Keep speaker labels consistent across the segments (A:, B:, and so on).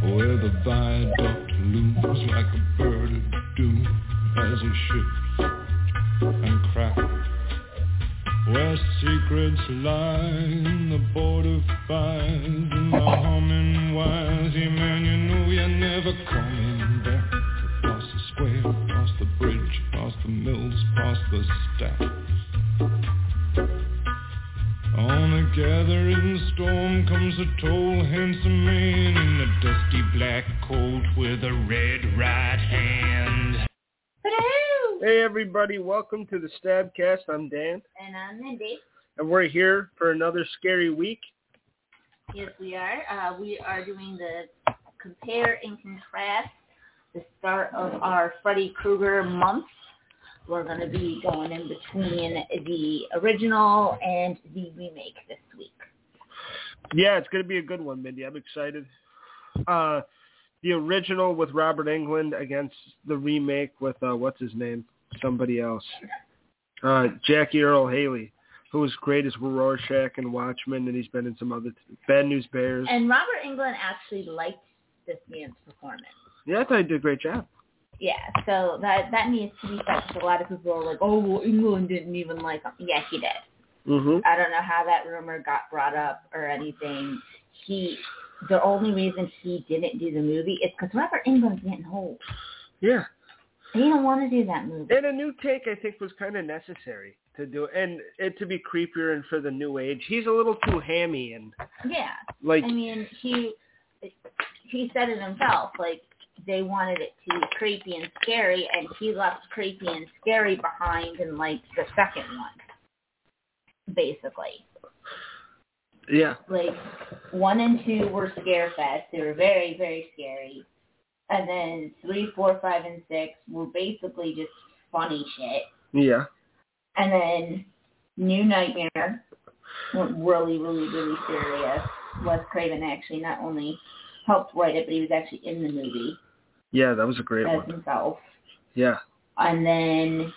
A: the viaduct looms like a bird of doom as it shifts and cracks. Where secrets lie in the border fires and the humming wires. Yeah, man, you know you're never coming back. Across the square, across the bridge, across the mills, past the stacks. On a gathering storm comes a tall, handsome man in a dusty black coat with a red right hand.
B: Hey everybody, welcome to the Stabcast. I'm Dan.
C: And I'm Mindy.
B: And we're here for another scary week.
C: Yes, we are. Uh, we are doing the compare and contrast, the start of our Freddy Krueger month. We're going to be going in between the original and the remake this week.
B: Yeah, it's going to be a good one, Mindy. I'm excited. Uh, the original with Robert England against the remake with uh, what's his name, somebody else, uh, Jackie Earl Haley, who was great as Rorschach and Watchmen, and he's been in some other t- Bad News Bears.
C: And Robert England actually liked this man's performance.
B: Yeah, I thought he did a great job.
C: Yeah, so that that needs to be said because a lot of people are like, oh, well, England didn't even like him. Yeah, he did.
B: Mm-hmm.
C: I don't know how that rumor got brought up or anything. He the only reason he didn't do the movie is because Robert England's getting old.
B: Yeah.
C: He didn't want to do that movie.
B: And a new take, I think, was kind of necessary to do, and it to be creepier and for the new age. He's a little too hammy and
C: Yeah.
B: like
C: I mean, he he said it himself. Like they wanted it to be creepy and scary, and he left creepy and scary behind in like the second one, basically.
B: yeah,
C: like one and two were scare fest. They were very, very scary. And then three, four, five, and six were basically just funny shit.
B: yeah.
C: And then New Nightmare went really, really, really serious. Wes Craven actually not only helped write it, but he was actually in the movie
B: Yeah, that was a great
C: as
B: one.
C: himself.
B: Yeah.
C: And then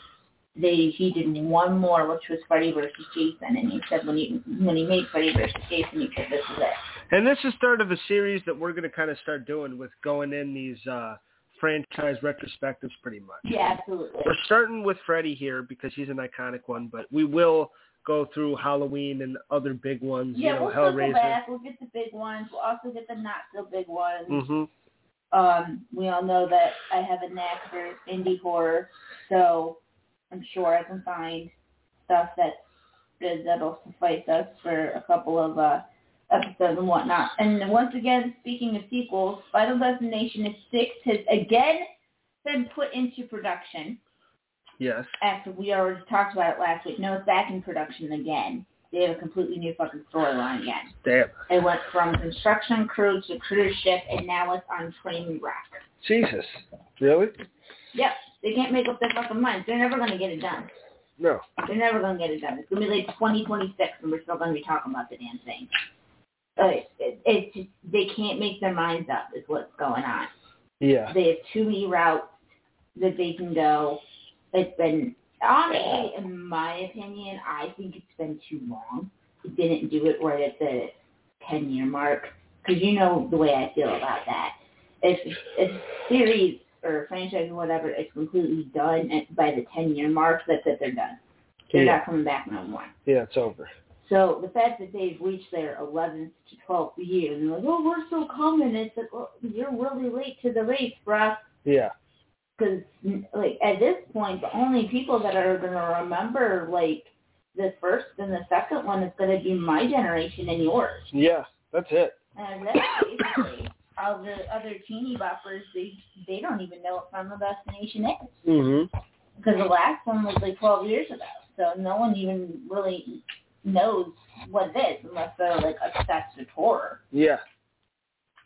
C: they he did one more, which was Freddy versus Jason. And he said when you when he made Freddy versus Jason, he said this is it.
B: And this is start of a series that we're going to kind of start doing with going in these uh, franchise retrospectives pretty much.
C: Yeah, absolutely.
B: We're starting with Freddy here because he's an iconic one, but we will go through Halloween and other big ones,
C: Yeah,
B: you know,
C: we'll circle
B: Mm-hmm. Hellraiser.
C: back. We'll get the big ones. We'll also get the not so big ones.
B: Mhm.
C: Um, we all know that I have a knack for indie horror, so I'm sure I can find stuff that's good that'll suffice us for a couple of uh, episodes and whatnot. And once again, speaking of sequels, Final Destination 6 has again been put into production
B: Yes.
C: after we already talked about it last week. No, it's back in production again. They have a completely new fucking storyline again.
B: Damn.
C: It went from construction crew to cruise ship, and now it's on train wreck.
B: Jesus. Really?
C: Yep, they can't make up their fucking minds. They're never gonna get it done.
B: No.
C: They're never gonna get it done. It's gonna be like 2026, and we're still gonna be talking about the damn thing. Uh, it, it, it's just they can't make their minds up. Is what's going on.
B: Yeah.
C: They have too many routes that they can go. It's been honestly, in my opinion, I think it's been too long. It didn't do it right at the ten year mark because you know the way I feel about that. If if series or franchise or whatever is completely done at, by the ten year mark, that's it. They're done. They're
B: Yeah.
C: not coming back no more.
B: Yeah, it's over.
C: So the fact that they've reached their 11th to 12th year, and they're like, oh, we're so common. It's like, well, you're really late to the race, bruh.
B: Yeah.
C: Because, like, at this point, the only people that are going to remember, like, the first and the second one is going to be my generation and yours.
B: Yeah. That's it.
C: And that's basically all the other teeny boppers, they, they don't even know what Final Destination is.
B: Mhm.
C: Because the last one was, like, 12 years ago. So no one even really knows what it is unless they're, like, obsessed with horror.
B: Yeah.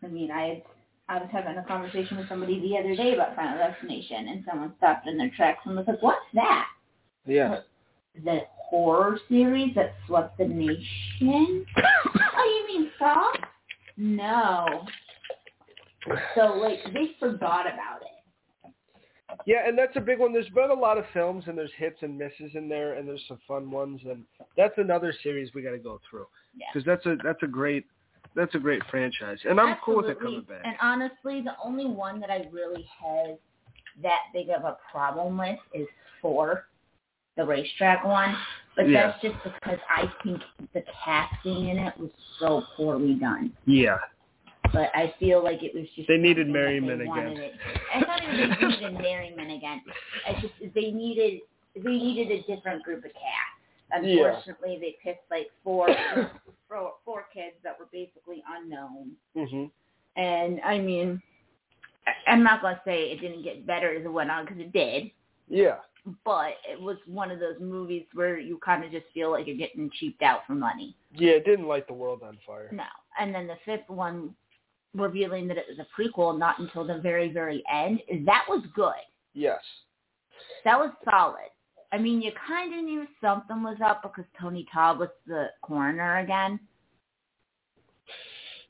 C: I mean, I I was having a conversation with somebody the other day about Final Destination, and someone stopped in their tracks and was like, "What's that?
B: Yeah.
C: The horror series that swept the nation?" oh, you mean Saw? No. So like they forgot about it.
B: Yeah, and that's a big one. There's been a lot of films, and there's hits and misses in there, and there's some fun ones, and that's another series we got to go through
C: Yeah.
B: because that's a that's a great that's a great franchise, and I'm cool with it coming
C: Absolutely.
B: back.
C: And honestly, the only one that I really have that big of a problem with is four, the racetrack one. But
B: Yeah.
C: that's just because I think the casting in it was so poorly done.
B: yeah,
C: But I feel like it was just
B: They needed
C: something
B: Merriman
C: that they
B: again.
C: wanted it- I thought it was they needed Merriman again. I just they needed they needed a different group of cats.
B: Yeah.
C: Unfortunately, they picked like four four four kids that were basically unknown.
B: hmm
C: And I mean, I- I'm not gonna say it didn't get better as it went on because it did,
B: yeah,
C: but it was one of those movies where you kind of just feel like you're getting cheaped out for money.
B: yeah. It didn't light the world on fire.
C: No, and then the fifth one, revealing that it was a prequel, not until the very very end. That was good.
B: Yes.
C: That was solid. I mean, you kind of knew something was up because Tony Todd was the coroner again.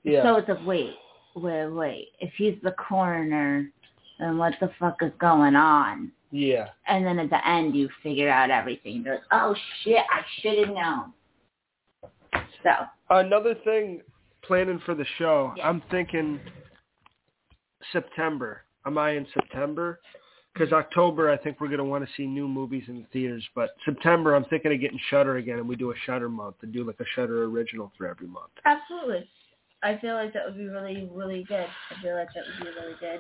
B: Yeah.
C: So it's like, wait, wait, wait. If he's the coroner, then what the fuck is going on?
B: yeah.
C: And then at the end, you figure out everything. You're like, oh shit, I should have known. So,
B: Another thing, planning for the show.
C: Yeah.
B: I'm thinking September. Am I in September? Because October, I think we're gonna want to see new movies in the theaters. But September, I'm thinking of getting Shutter again, and we do a Shutter month and do like a Shutter original for every month.
C: absolutely. I feel like that would be really, really good. I feel like that would be really good.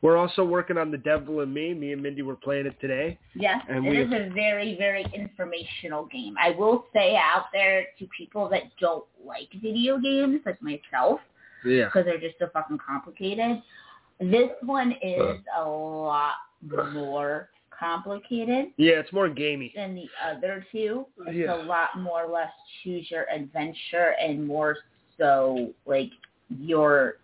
B: We're also working on The Devil and Me. Me and Mindy were playing it today.
C: Yes,
B: And
C: it
B: we-
C: is a very, very informational game. I will say out there to people that don't like video games, like myself,
B: Yeah.
C: because they're just so fucking complicated. This one is a lot more complicated
B: Yeah, it's more gamey.
C: than the other two. It's
B: Yeah.
C: a lot more or less choose your adventure and more so like your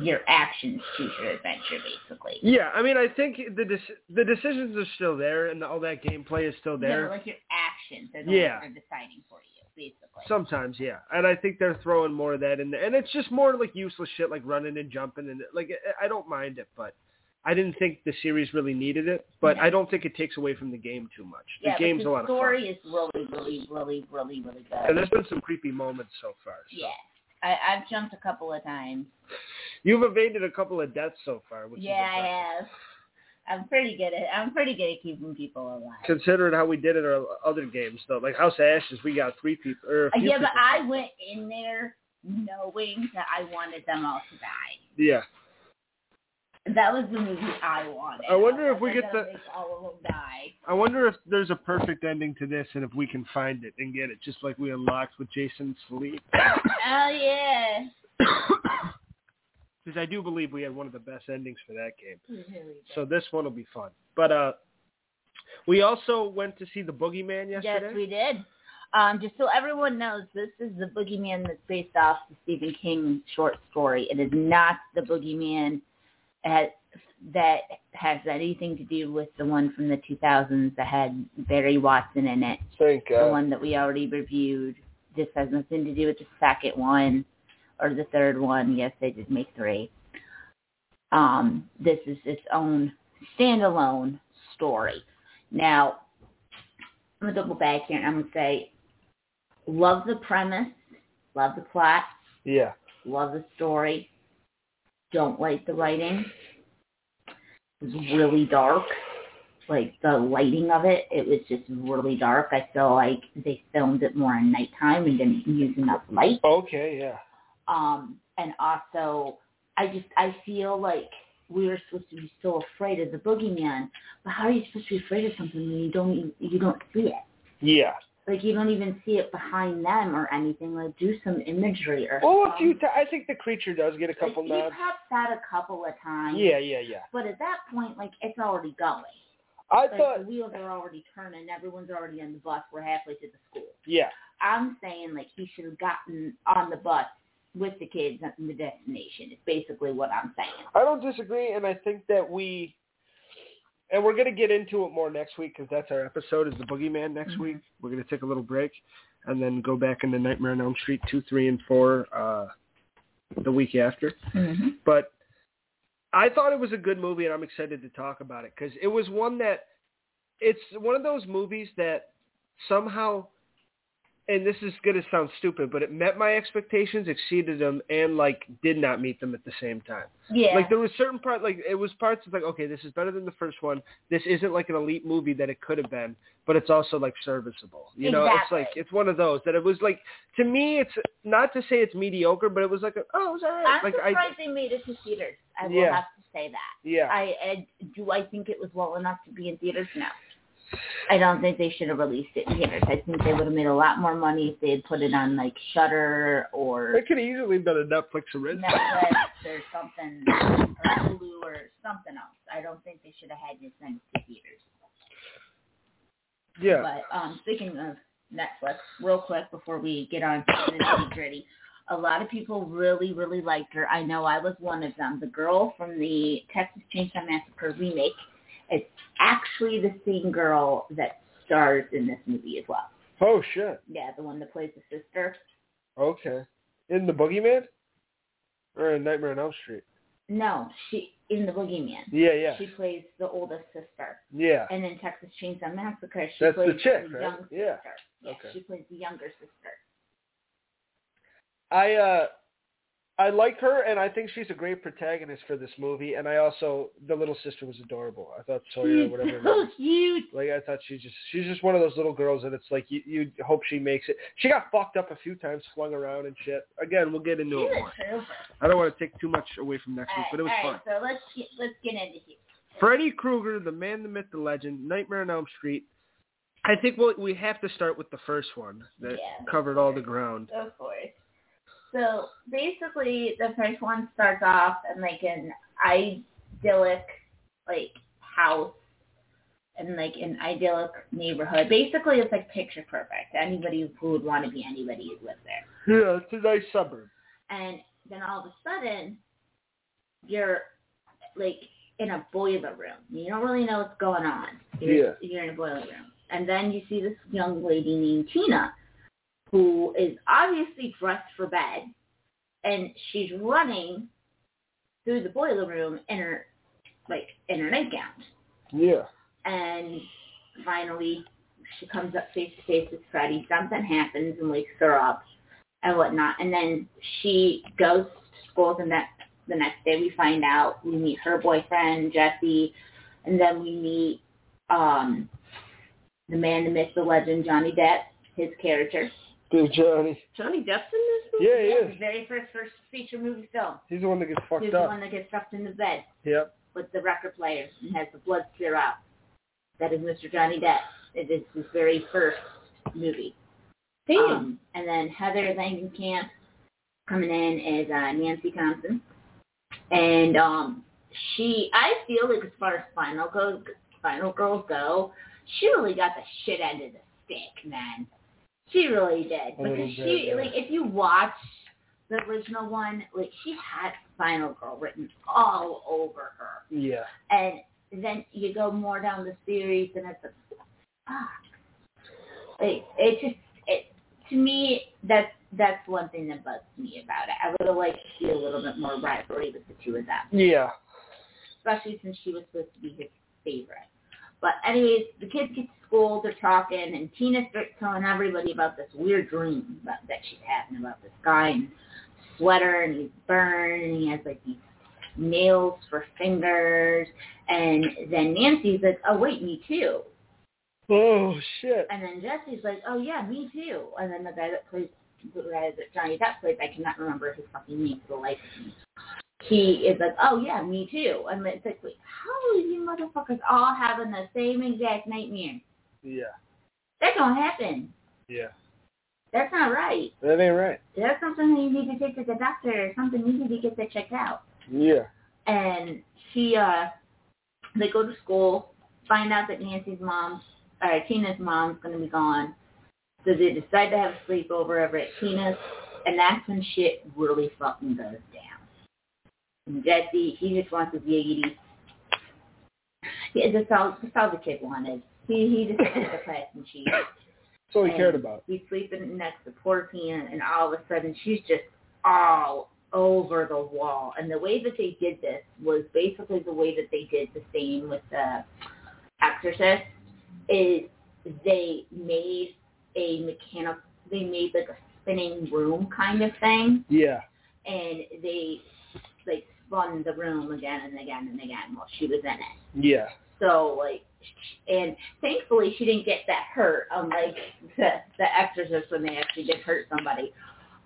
C: your actions choose your adventure basically.
B: Yeah, I mean, I think the dec- the decisions are still there, and all that gameplay is still
C: Yeah,
B: there.
C: but, like your actions are the
B: Yeah.
C: ones that are deciding for you, basically.
B: Sometimes, yeah, and I think they're throwing more of that in there, and it's just more like useless shit, like running and jumping, and like I- I don't mind it, but I didn't think the series really needed it, but
C: Yeah.
B: I don't think it takes away from the game too much. The
C: yeah,
B: game's
C: but the
B: a lot of
C: story is really, really, really, really, really good.
B: fun, and there's been some creepy moments so far. So.
C: yeah. I, I've jumped a couple of times.
B: You've evaded a couple of deaths so far, which
C: yeah,
B: is impressive.
C: I have. I'm pretty good at I'm pretty good at keeping people alive.
B: Considering how we did in our other games, though, like House of Ashes, we got three people. Or a few
C: Uh, Yeah, but
B: people.
C: I went in there knowing that I wanted them all to die.
B: yeah,
C: That was the movie I wanted.
B: I wonder
C: was
B: if we
C: like,
B: get
C: "I'm gonna
B: the-
C: make all of them die.
B: I wonder if there's a perfect ending to this, and if we can find it and get it, just like we unlocked with Jason Sleep.
C: Oh yeah.
B: because I do believe we had one of the best endings for that game. So this one will be fun. But uh, we also went to see the Boogeyman yesterday.
C: Yes, we did. Um, just so everyone knows, this is the Boogeyman that's based off the Stephen King short story. It is not the Boogeyman at, that has anything to do with the one from the 2000s that had Barry Watson in it,
B: Thank
C: the one that we already reviewed. This has nothing to do with the second one or the third one. Yes, they did make three. Um, this is its own standalone story. Now, I'm gonna double back here and I'm gonna say, love the premise, love the plot,
B: Yeah.
C: love the story. Don't like the writing. It was really dark. Like the lighting of it, it was just really dark. I feel like they filmed it more in nighttime and didn't use enough light
B: Okay. Yeah.
C: um and also i just i feel like we were supposed to be so afraid of the boogeyman but how are you supposed to be afraid of something when you don't even, you don't see it
B: Yeah.
C: like you don't even see it behind them or anything like do some imagery or
B: Well, a few.
C: something.
B: T- I think the creature does get a couple
C: like,
B: nods.
C: he pops out a couple of times
B: Yeah. Yeah. Yeah.
C: but at that point like it's already going
B: I
C: like
B: thought.
C: the wheels are already turning everyone's already on the bus we're halfway to the school
B: Yeah.
C: I'm saying like he should have gotten on the bus with the kids at the destination. Is basically what I'm saying.
B: I don't disagree, and I think that we. And we're going to get into it more next week because that's our episode is the Boogeyman next
C: Mhm.
B: week. We're going to take a little break and then go back into Nightmare on Elm Street 2, 3, and 4 uh, the week after. But I thought it was a good movie, and I'm excited to talk about it because it was one that it's one of those movies that somehow and this is going to sound stupid, but it met my expectations, exceeded them, and like did not meet them at the same time.
C: Yeah.
B: Like there was certain part, like it was parts of like, okay, this is better than the first one. This isn't like an elite movie that it could have been, but it's also like serviceable. You know, it's
C: Exactly.
B: like it's one of those that it was like to me, it's not to say it's mediocre, but it was like, a, oh, it's all right.
C: I'm
B: like I,
C: surprised they made it to theaters. I will
B: Yeah.
C: have to say that.
B: yeah,
C: I, I do. I think it was well enough to be in theaters. No, I don't think they should have released it in theaters. I think they would have made a lot more money if they had put it on like Shutter or
B: it could have easily been a Netflix original.
C: Netflix or something or Hulu or something else. I don't think they should have had you send it to theaters.
B: yeah.
C: But um, speaking of Netflix, real quick before we get on to the nitty gritty, a lot of people really, really liked her. I know I was one of them. The girl from the Texas Chainsaw Massacre remake is actually the same girl that stars in this movie as well.
B: Oh shit.
C: Yeah, the one that plays the sister.
B: Okay. In the Boogeyman, or in Nightmare on Elm Street.
C: No, she in the Boogeyman.
B: Yeah, yeah,
C: She plays the oldest sister,
B: yeah.
C: and in Texas Chainsaw Massacre, she
B: That's the
C: plays
B: chick, right?
C: young
B: Yeah.
C: sister. Yeah,
B: Okay.
C: she plays the younger sister.
B: I uh I like her and I think she's a great protagonist for this movie and I also the little sister was adorable. I thought Sawyer or
C: She's
B: whatever her name
C: so
B: is.
C: cute.
B: Like I thought she just she's just one of those little girls that it's like you you hope she makes it. She got fucked up a few times, flung around and shit. Again, we'll get
C: She's
B: into it more.
C: a trooper.
B: I don't want to take too much away from next week, but it was
C: All
B: fun.
C: right, so let's get, let's get into here.
B: Freddy Krueger, the man, the myth, the legend, Nightmare on Elm Street. I think we'll, we have to start with the first one that
C: Yeah.
B: covered all the ground.
C: Of course. So basically, the first one starts off in like an idyllic like house and like an idyllic neighborhood. Basically, it's like picture perfect. Anybody who would want to be anybody would live there.
B: Yeah, it's a nice suburb.
C: And then all of a sudden, you're like in a boiler room. You don't really know what's going on. You're,
B: Yeah.
C: you're in a boiler room. And then you see this young lady named Tina who is obviously dressed for bed and she's running through the boiler room in her like in her nightgown.
B: Yeah.
C: And finally she comes up face to face with Freddy. Something happens and wakes her up and whatnot. And then she goes to school the next the next day we find out we meet her boyfriend, Jesse, and then we meet um the man, the myth, the legend, Johnny Depp, his character.
B: Dude, Johnny.
C: Johnny Depp's in this
B: movie? Yeah, he
C: yeah
B: is.
C: The very first first feature movie film.
B: He's the one that gets
C: He's
B: fucked
C: the
B: up.
C: one that gets stuffed in the bed
B: Yep.
C: with the record player and has the blood clear out. That is Mr. Johnny Depp. It is his very first movie. Um, and then Heather Langenkamp coming in is uh, Nancy Thompson. And um, she, I feel like as far as Final, go, Final Girls go, she really got the shit end of the stick, man. She really did.
B: A little
C: Because
B: bit,
C: she,
B: yeah.
C: like, if you watch the original one, like, she had Final Girl written all over her
B: yeah.
C: and then you go more down the series, and it's like, fuck. It, it just, it, to me, that's that's one thing that bugs me about it. I would have liked to see a little bit more rivalry with the two of them,
B: Yeah.
C: especially since she was supposed to be his favorite. But anyways, the kids get to school, they're talking, and Tina starts telling everybody about this weird dream about, that she's having about this guy and sweater, and he's burned, and he has like these nails for fingers. And then Nancy's like, oh, wait, me too.
B: Oh shit.
C: And then Jesse's like, oh, yeah, me too. And then the guy that plays, the guy that Johnny Depp plays, I cannot remember his fucking name for the life of me. He is like, oh, yeah, me too. And it's like, wait, how are you motherfuckers all having the same exact nightmare?
B: Yeah.
C: That don't happen.
B: Yeah.
C: That's not right.
B: That ain't right.
C: That's something that you need to take to the doctor or something you need to get that checked out.
B: Yeah.
C: and she uh they go to school, find out that Nancy's mom or Tina's mom's gonna be gone. So they decide to have a sleepover over at Tina's and that's when shit really fucking goes down. And Jesse, he just wants his yiggity. Yeah, that's all that's all the kid wanted. He he just wanted to play some cheese.
B: That's all he
C: And
B: cared about.
C: He's sleeping next to poor Tina, and all of a sudden she's just all over the wall. And the way that they did this was basically the way that they did the same with the Exorcist. Is they made a mechanical they made like a spinning room kind of thing,
B: Yeah.
C: and they like spun the room again and again and again while she was in it.
B: Yeah.
C: So like, and thankfully she didn't get that hurt. Unlike the the Exorcist when they actually did hurt somebody.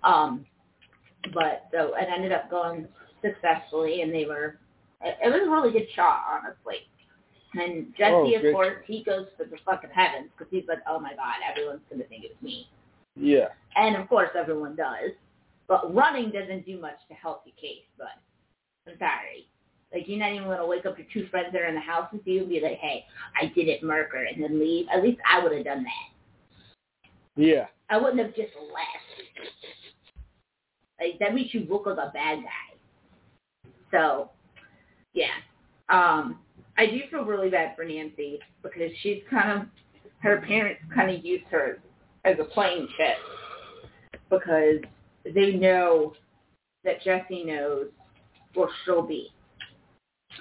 C: Um, but so it ended up going successfully, and they were. It, it was a really good shot, honestly. And Jesse,
B: Oh,
C: of
B: great.
C: course, he goes to the fucking heavens because he's like, oh my god, everyone's gonna think it's me,
B: Yeah.
C: and of course everyone does. But running doesn't do much to help your case, bud. I'm sorry. Like you're not even gonna wake up your two friends that are in the house with you and be like, Hey, I did it, murder and then leave. At least I would have done that.
B: Yeah.
C: I wouldn't have just left. Like that makes you look like a bad guy. So yeah. Um I do feel really bad for Nancy because she's kind of her parents kind of use her as a playing chip because they know that Jesse knows where she'll be.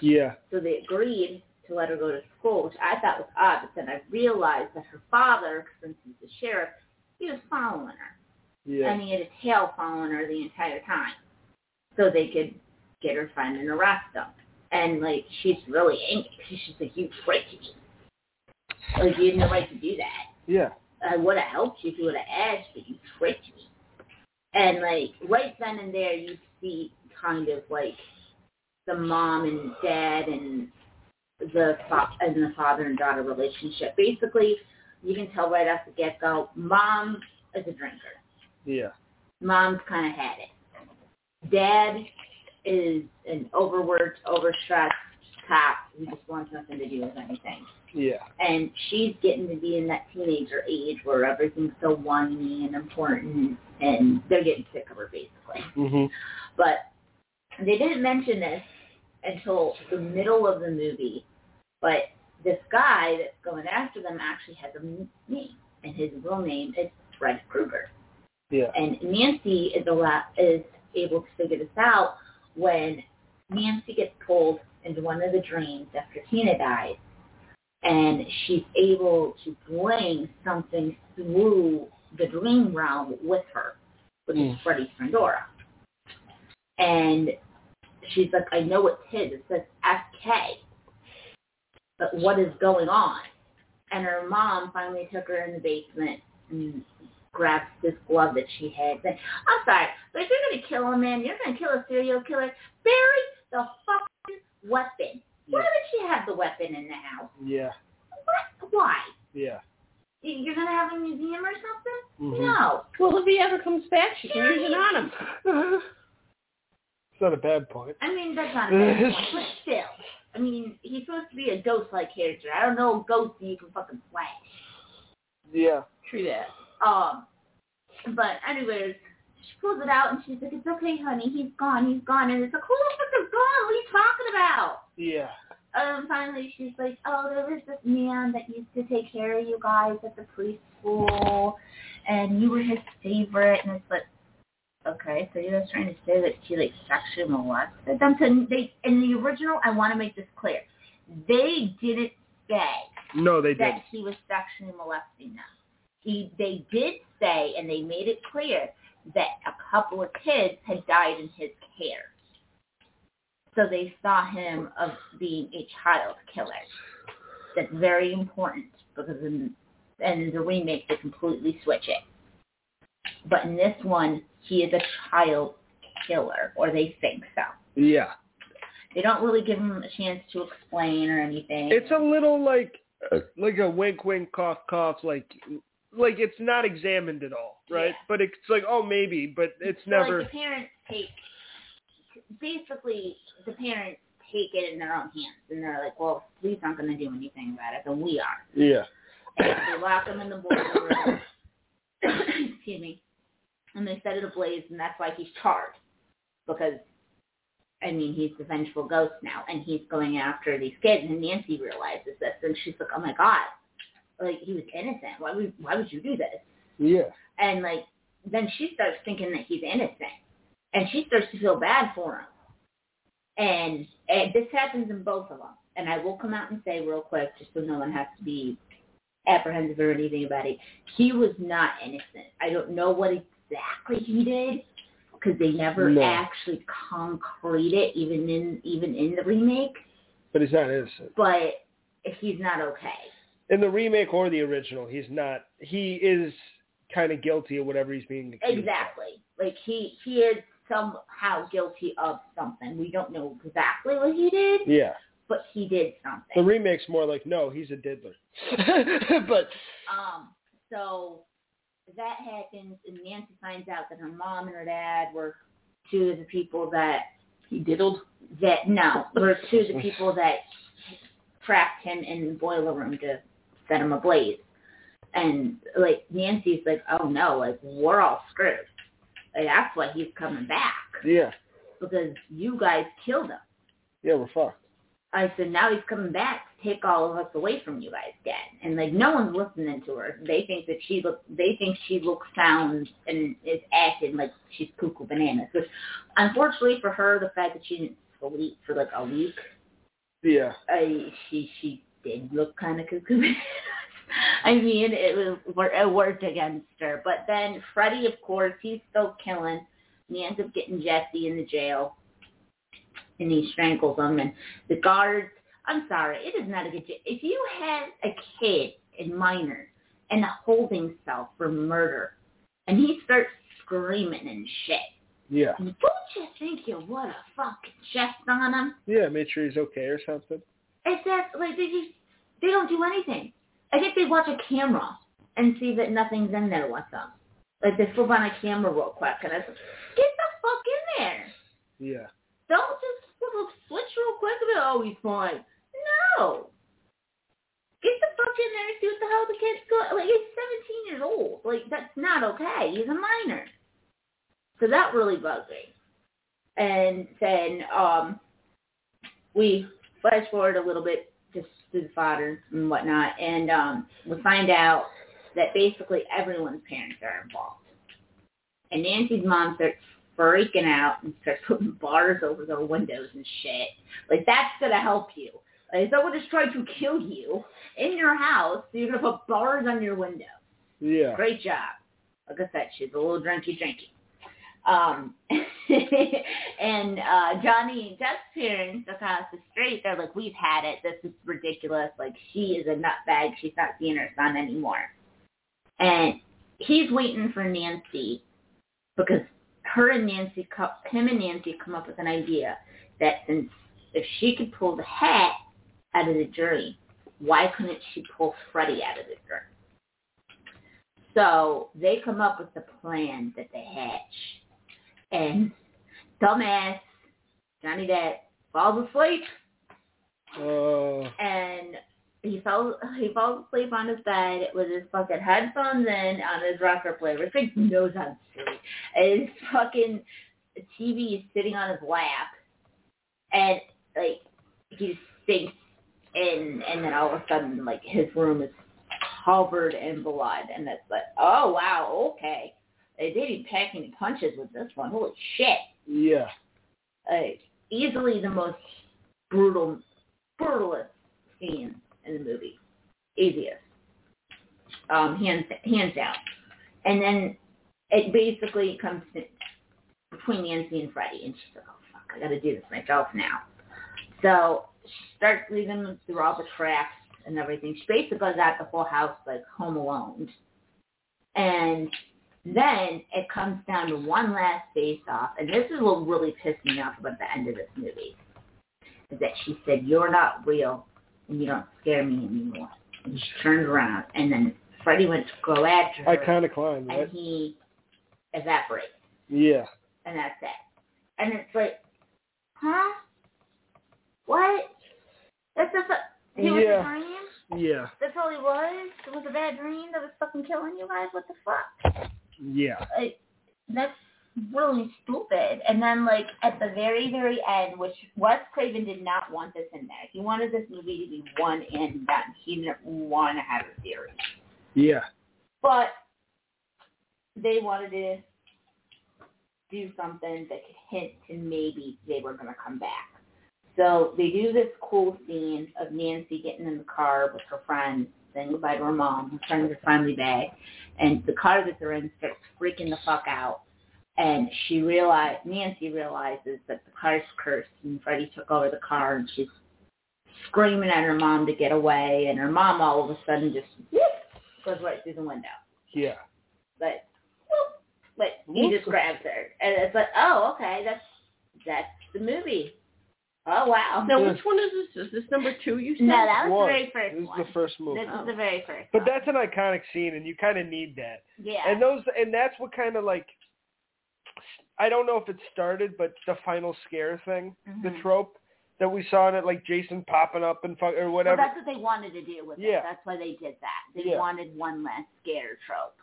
B: Yeah.
C: So they agreed to let her go to school, which I thought was odd, but then I realized that her father, since he's the sheriff, he was following her.
B: Yeah.
C: And he had a tail following her the entire time. So they could get her friend and arrest him. And like she's really angry. She's just like, You prick Like you had no right to do that.
B: Yeah.
C: I would have helped you if you would have asked, but you tricked me. And like right then and there, you see kind of like the mom and dad and the fa- and the father and daughter relationship. Basically, you can tell right off the get go, mom is a drinker
B: Yeah.
C: mom's kind of had it. Dad is an overworked, overstressed cop who just wants nothing to do with anything.
B: Yeah.
C: And she's getting to be in that teenager age where everything's so whiny and important, and they're getting sick of her basically.
B: Mhm.
C: But they didn't mention this until the middle of the movie. But this guy that's going after them actually has a n- name, and his real name is Fred Krueger
B: Yeah.
C: and Nancy is a lot, is able to figure this out when Nancy gets pulled into one of the dreams after Tina dies, and she's able to bring something through the dream realm with her, which is
B: Mm.
C: Freddy's Pandora, and she's like, I know it's his. It says FK, but what is going on? And her mom finally took her in the basement and grabs this glove that she had. But I'm sorry, but if you're gonna kill a man, you're gonna kill a serial killer. Bury the fucking weapon. Why
B: Yeah.
C: would she have the weapon in the house?
B: Yeah.
C: What? Why?
B: Yeah.
C: You- You're gonna have a museum or something?
B: Mhm.
C: No.
D: Well, if he ever comes back, she can use it on him.
B: It's not a bad point.
C: I mean, that's not a bad point, but still. I mean, he's supposed to be a ghost-like character. I don't know a ghost that you can fucking flash.
B: Yeah.
D: True that.
C: Um, but anyways, she pulls it out and she's like, "It's okay, honey. He's gone. He's gone." And it's like, "Who the fuck is gone? What are you talking about?"
B: Yeah.
C: And finally, she's like, "Oh, there was this man that used to take care of you guys at the preschool, and you were his favorite." And it's like, "Okay, so you're just trying to say that she like sexually molested them?" So they, in the original, I want to make this clear, they didn't say
B: No, they didn't.
C: that he was sexually molesting them. He, they did say, and they made it clear that a couple of kids had died in his care. So they saw him of being a child killer. That's very important because in, in the remake they completely switch it. But in this one, he is a child killer, or they think so.
B: Yeah.
C: They don't really give him a chance to explain or anything.
B: It's a little like like a wink, wink, cough, cough. Like like it's not examined at all, right?
C: Yeah.
B: But it's like oh maybe, but it's
C: So,
B: never.
C: Like the parents take, basically, the parents take it in their own hands, and they're like, "Well, police aren't going to do anything about it, but we are."
B: yeah.
C: And they lock them in the boiler room. excuse me, and they set it ablaze, and that's why he's charred, because. I mean, he's the vengeful ghost now, and he's going after these kids. And Nancy realizes this, and she's like, "Oh my god, like he was innocent. Why would why would you do this?"
B: Yeah.
C: and like then she starts thinking that he's innocent and she starts to feel bad for him and, and this happens in both of them and i will come out and say real quick just so no one has to be apprehensive or anything about it. He was not innocent. I don't know what exactly he did because they never
B: No.
C: actually concrete it, even in even in the remake.
B: But he's not innocent.
C: But he's not okay.
B: In the remake or the original, he's not. He is kind of guilty of whatever he's being accused. of.
C: Exactly. Like he he is somehow guilty of something. We don't know exactly what he did,
B: Yeah.
C: but he did
B: The
C: something.
B: remake's more like, no, he's a diddler. but
C: Um, so that happens, and Nancy finds out that her mom and her dad were two of the people that
D: He diddled.
C: that no were two of the people that trapped him in the boiler room to set him ablaze. And like Nancy's like, oh no, like we're all screwed. Like that's why he's coming back.
B: yeah,
C: because you guys killed him.
B: yeah, we're fucked.
C: I said, now he's coming back to take all of us away from you guys, Dad. And like, no one's listening to her. They think that she look, they think she looks sound and is acting like she's cuckoo bananas. Which, unfortunately for her, the fact that she didn't sleep for like a week,
B: Yeah,
C: I, she she did look kind of cuckoo bananas. I mean, it was wor- it worked against her. But then Freddie, of course, he's still killing. And he ends up getting Jesse in the jail, and he strangles him. And the guards, I'm sorry, it is not a good. j- If you have a kid and minor in a holding cell for murder, and he starts screaming and shit,
B: yeah,
C: don't you think you would have fucking chest on him?
B: yeah. Make sure he's okay or something.
C: It's that like they just they don't do anything. I think they watch a camera and see that nothing's in there with them. Like they flip on a camera real quick and it's get the fuck in there.
B: Yeah,
C: Don't just flip- switch real quick and be like, oh he's fine. No. Get the fuck in there and see what the hell the kid's going. Like he's 17 years old. Like that's not okay. He's a minor. So that really bugged me. And then um, we flash forward a little bit just through the fodder and whatnot, and um, we find out that basically everyone's parents are involved. And Nancy's mom starts freaking out and starts putting bars over their windows and shit. Like that's gonna help you. Like, if someone is trying to kill you in your house, you're gonna put bars on your window.
B: yeah,
C: Great job. Like I said, she's a little drinky drinky. Um, and uh, Johnny and Jeff's parents across the street, they're like, we've had it. This is ridiculous. Like, she is a nutbag. She's not seeing her son anymore. And he's waiting for Nancy because her and Nancy, co- him and Nancy come up with an idea that since if she could pull the hat out of the jury, why couldn't she pull Freddie out of the jury? So they come up with the plan that they hatch. And dumbass Johnny Depp falls asleep
B: uh,
C: and he fell he falls asleep on his bed with his fucking headphones in on his rocker player, which makes no sense to me. And his fucking TV is sitting on his lap and like he sinks in and then all of a sudden like his room is covered in blood and it's like, Oh wow, okay. They did be packing punches with this one. Holy shit
B: yeah,
C: uh, easily the most brutal, brutalest scene in the movie. Easiest, um, hands hands down. And then it basically comes to, between Nancy and Freddie, and she's like, "Oh fuck, I got to do this myself now." So she starts leaving them through all the tracks and everything. She basically got the whole house like home alone. And then it comes down to one last face off, and this is what really pissed me off about the end of this movie, is that she said, "You're not real, and you don't scare me anymore." And she turned around, and then Freddie went to go after her,
B: I kind of climbed
C: and
B: right.
C: he evaporates,
B: Yeah,
C: and that's it. And it's like, huh? What? That's a fu- he was
B: Yeah.
C: a dream.
B: yeah,
C: That's all he was. It was a bad dream that was fucking killing you guys. What the fuck?
B: yeah,
C: like, that's really stupid. And then like at the very, very end, which Wes Craven did not want this in there. He wanted this movie to be one and done. He didn't want to have a series.
B: yeah,
C: But they wanted to do something that could hint to maybe they were going to come back. So they do this cool scene of Nancy getting in the car with her friend saying goodbye to her mom. Her friends are finally back, and the car that they're in starts freaking the fuck out. And she realized Nancy realizes that the car's cursed, and Freddie took over the car, and she's screaming at her mom to get away, and her mom all of a sudden just whoop, goes right through the window.
B: Yeah.
C: But whoop, but he just grabs her, and it's like, oh, okay, that's that's the movie. Oh wow.
D: Now, which one is this? Is this number two you said?
C: No, that was
B: One.
C: the very first
B: This is
C: one.
B: the first movie.
C: This is the very first.
B: But
C: one.
B: that's an iconic scene, and you kind of need that.
C: yeah.
B: And those, and that's what kind of like, I don't know if it started, but the final scare thing, the
C: Mhm.
B: trope that we saw in it, like Jason popping up and fuck or
C: Well,
B: whatever.
C: that's what they wanted to do with
B: Yeah.
C: it. That's why they did that. They
B: Yeah.
C: wanted one less scare trope.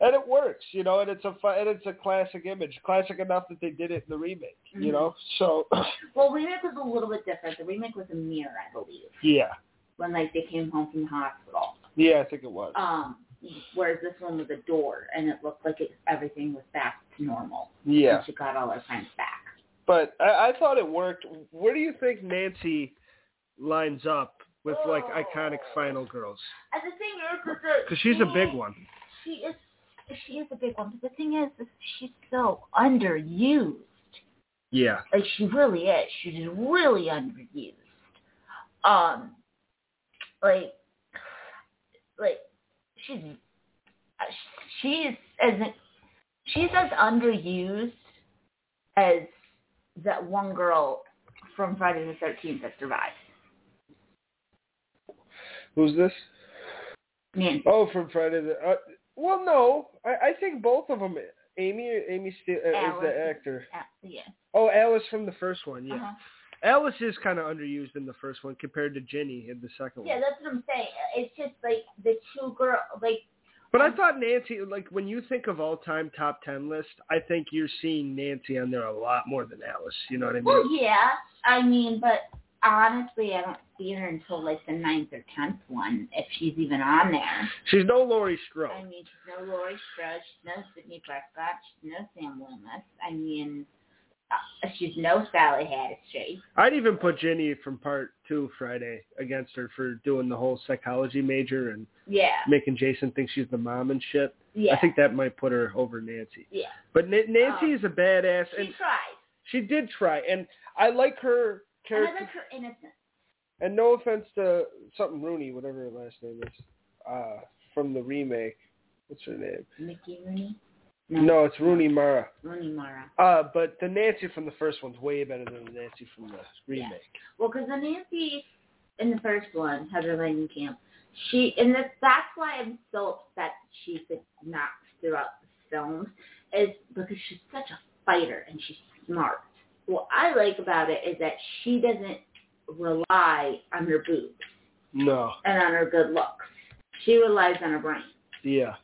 B: and it works, you know, and it's a fu- and it's a classic image, classic enough that they did it in the remake, you
C: Mhm.
B: know. So
C: Well, remake was a little bit different. The remake was a mirror, I believe,
B: yeah,
C: when like they came home from the hospital.
B: yeah, I think it was.
C: Um, whereas this one was a door, and it looked like it, everything was back to normal.
B: yeah,
C: And she got all her friends back.
B: but I, I thought it worked. Where do you think Nancy lines up with like iconic Final Girls?
C: And the thing is, is
B: Because she's a big one.
C: She is, she is a big one. But the thing is, is she's so underused.
B: Yeah.
C: Like she really is. She's really underused. Um, like, like she's she's as she's as underused as that one girl from Friday the Thirteenth that survived.
B: Who's this?
C: Nancy.
B: Oh, from Friday the. Uh, well, no, I, I think both of them. Amy, Amy Steele uh, is
C: Alice.
B: the actor.
C: Uh, yeah.
B: Oh, Alice from the first one. Yeah,
C: Uh-huh.
B: Alice is kind of underused in the first one compared to Jenny in the second
C: Yeah,
B: one.
C: that's what I'm saying. It's just like the two girl, like
B: But I thought Nancy, like when you think of all time top ten list, I think you're seeing Nancy on there a lot more than Alice. You know what I mean?
C: Well, yeah. I mean, but honestly, I don't see her until like the ninth or tenth one, if she's even on there.
B: She's no Laurie Strode.
C: I mean, she's no Laurie Strode, she's no Sydney Prescott, she's no Sam Loomis. I mean, uh, she's no Sally Hattie.
B: I'd even put Jenny from part two Friday against her for doing the whole psychology major and
C: Yeah,
B: making Jason think she's the mom and shit.
C: yeah,
B: I think that might put her over Nancy.
C: yeah. Um,
B: But Na- Nancy is a badass,
C: She
B: and
C: tries,
B: she did try, and I like her
C: and I
B: character.
C: like her innocence.
B: And no offense to something Rooney, whatever her last name is, uh, from the remake. What's her name?
C: Mickey Rooney,
B: No, it's Rooney Mara.
C: Rooney Mara.
B: Uh, but the Nancy from the first one's way better than the Nancy from the remake.
C: Well, because the Nancy in the first one, Heather Langenkamp, she and this, that's why I'm so upset she's been knocked throughout the film is because she's such a fighter and she's smart. What I like about it is that she doesn't rely on her boobs
B: No,
C: and on her good looks. She relies on her brain.
B: yeah,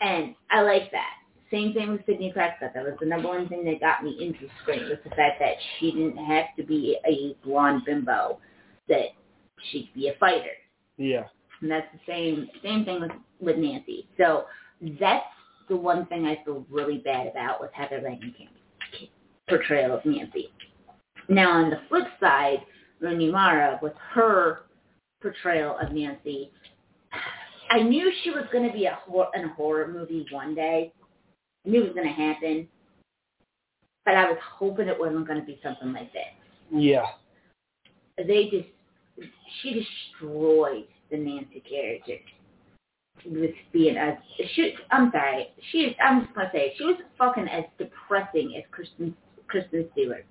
C: And I like that. Same thing with Sydney Prescott. That was the number one thing that got me into Scream was the fact that she didn't have to be a blonde bimbo, that she could be a fighter.
B: yeah.
C: And that's the same same thing with, with Nancy. So that's the one thing I feel really bad about with Heather Langenkamp's portrayal of Nancy. Now on the flip side, Rooney Mara with her portrayal of Nancy, I knew she was going to be a hor- in a horror movie one day. I knew it was going to happen, but I was hoping it wasn't going to be something like that
B: Yeah.
C: they just she destroyed the Nancy character with being as she. I'm sorry, she. is- I'm just gonna say it. she was fucking as depressing as Kristen Kristen Stewart.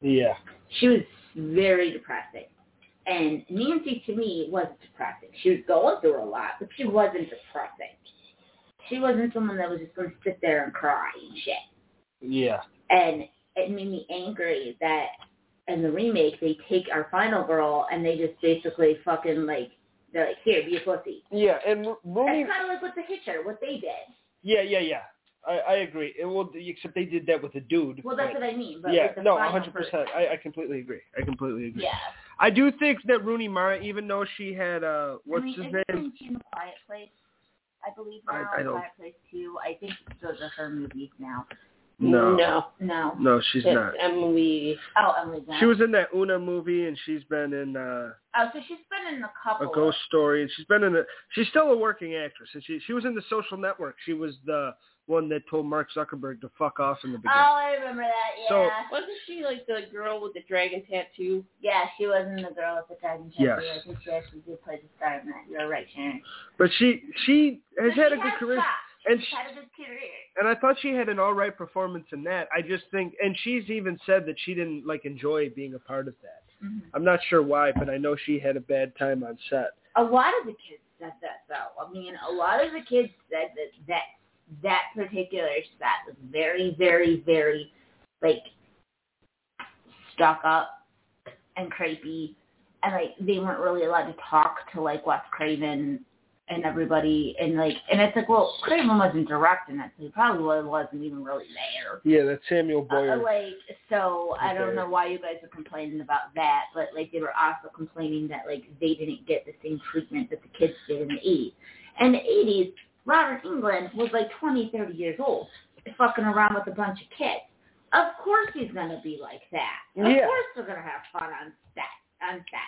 B: Yeah.
C: She was very depressing, and Nancy to me wasn't depressing. She was going through a lot, but she wasn't depressing. She wasn't someone that was just gonna sit there and cry and shit
B: Yeah.
C: and it made me angry that in the remake they take our final girl and they just basically fucking like they're like here be a pussy.
B: Yeah. And Ro- Rooney.
C: That's kind of like with the Hitcher, what they did.
B: Yeah, yeah, yeah. I, I agree. It, well, except they did that with a dude.
C: Well, that's
B: but-
C: what I mean. But
B: yeah.
C: like the
B: No,
C: final
B: hundred percent.
C: person.
B: I, I completely agree. I completely agree.
C: Yeah.
B: I do think that Rooney Mara, even though she had uh, what's
C: I mean,
B: his
C: I
B: name?
C: think she's in the Quiet Place. I believe
B: I-
C: now
B: I don't-
C: Quiet Place Two. I think those are her movies now.
B: No.
D: No.
C: No.
B: No, she's
D: It's
B: not.
D: Emily.
C: Oh, Emily Blunt.
B: She was in that Una movie, and she's been in uh,
C: Oh, so she's been in a
B: a
C: couple.
B: Ghost Story, and she's been in a. She's still a working actress, and she she was in the Social Network. She was the one that told Mark Zuckerberg to fuck off in the
C: Oh,
B: beginning.
C: I remember that. Yeah.
B: So-
D: Wasn't she like the girl with the dragon tattoo?
C: yeah, she wasn't the girl with the dragon tattoo.
B: Yes.
C: I think she actually did play the star in that. You're right, Sharon.
B: But she she has
C: But
B: had
C: she
B: a good
C: has
B: career,
C: shot.
B: and
C: She's
B: she,
C: had a good career.
B: and I thought she had an all right performance in that. I just think, and she's even said that she didn't like enjoy being a part of that.
C: Mhm.
B: I'm not sure why, but I know she had a bad time on set.
C: A lot of the kids said that though. I mean, a lot of the kids said that that that particular set was very, very, very like stuck up and creepy, and like they weren't really allowed to talk to like Wes Craven and everybody, and like and it's like, well, Craven wasn't directing it, so he probably wasn't even really there.
B: Yeah, that's Samuel
C: Uh,
B: Boyer.
C: like so, I don't
B: Okay.
C: know why you guys are complaining about that, but like they were also complaining that like they didn't get the same treatment that the kids did in the eighties. And the eighties, Robert England was like twenty, thirty years old, fucking around with a bunch of kids. Of course he's gonna be like that. Of
B: Yeah.
C: course they're gonna have fun on set. On set,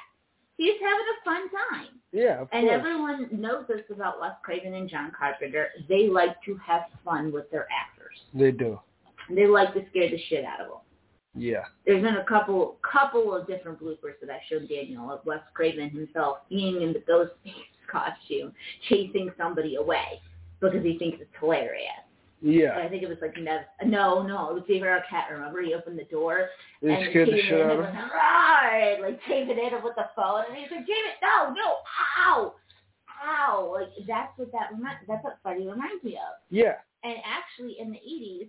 C: he's having a fun time.
B: yeah, of
C: And
B: course.
C: everyone knows this about Wes Craven and John Carpenter. They like to have fun with their actors.
B: they do.
C: They like to scare the shit out of them
B: Yeah.
C: there's been a couple couple of different bloopers that I showed Daniel of Wes Craven himself being in the ghost face costume, chasing somebody away because he thinks it's hilarious.
B: Yeah.
C: I think it was like Nev no, no, it was David Arquette, remember? He opened the door and
B: They scared the
C: came
B: shit
C: in
B: out
C: and
B: of
C: was
B: him.
C: roared, like David hit him with the phone and he's like, David, no, no, ow, ow. Like that's what that remi- that's what Freddy reminds me of.
B: Yeah.
C: And actually, in the 80s,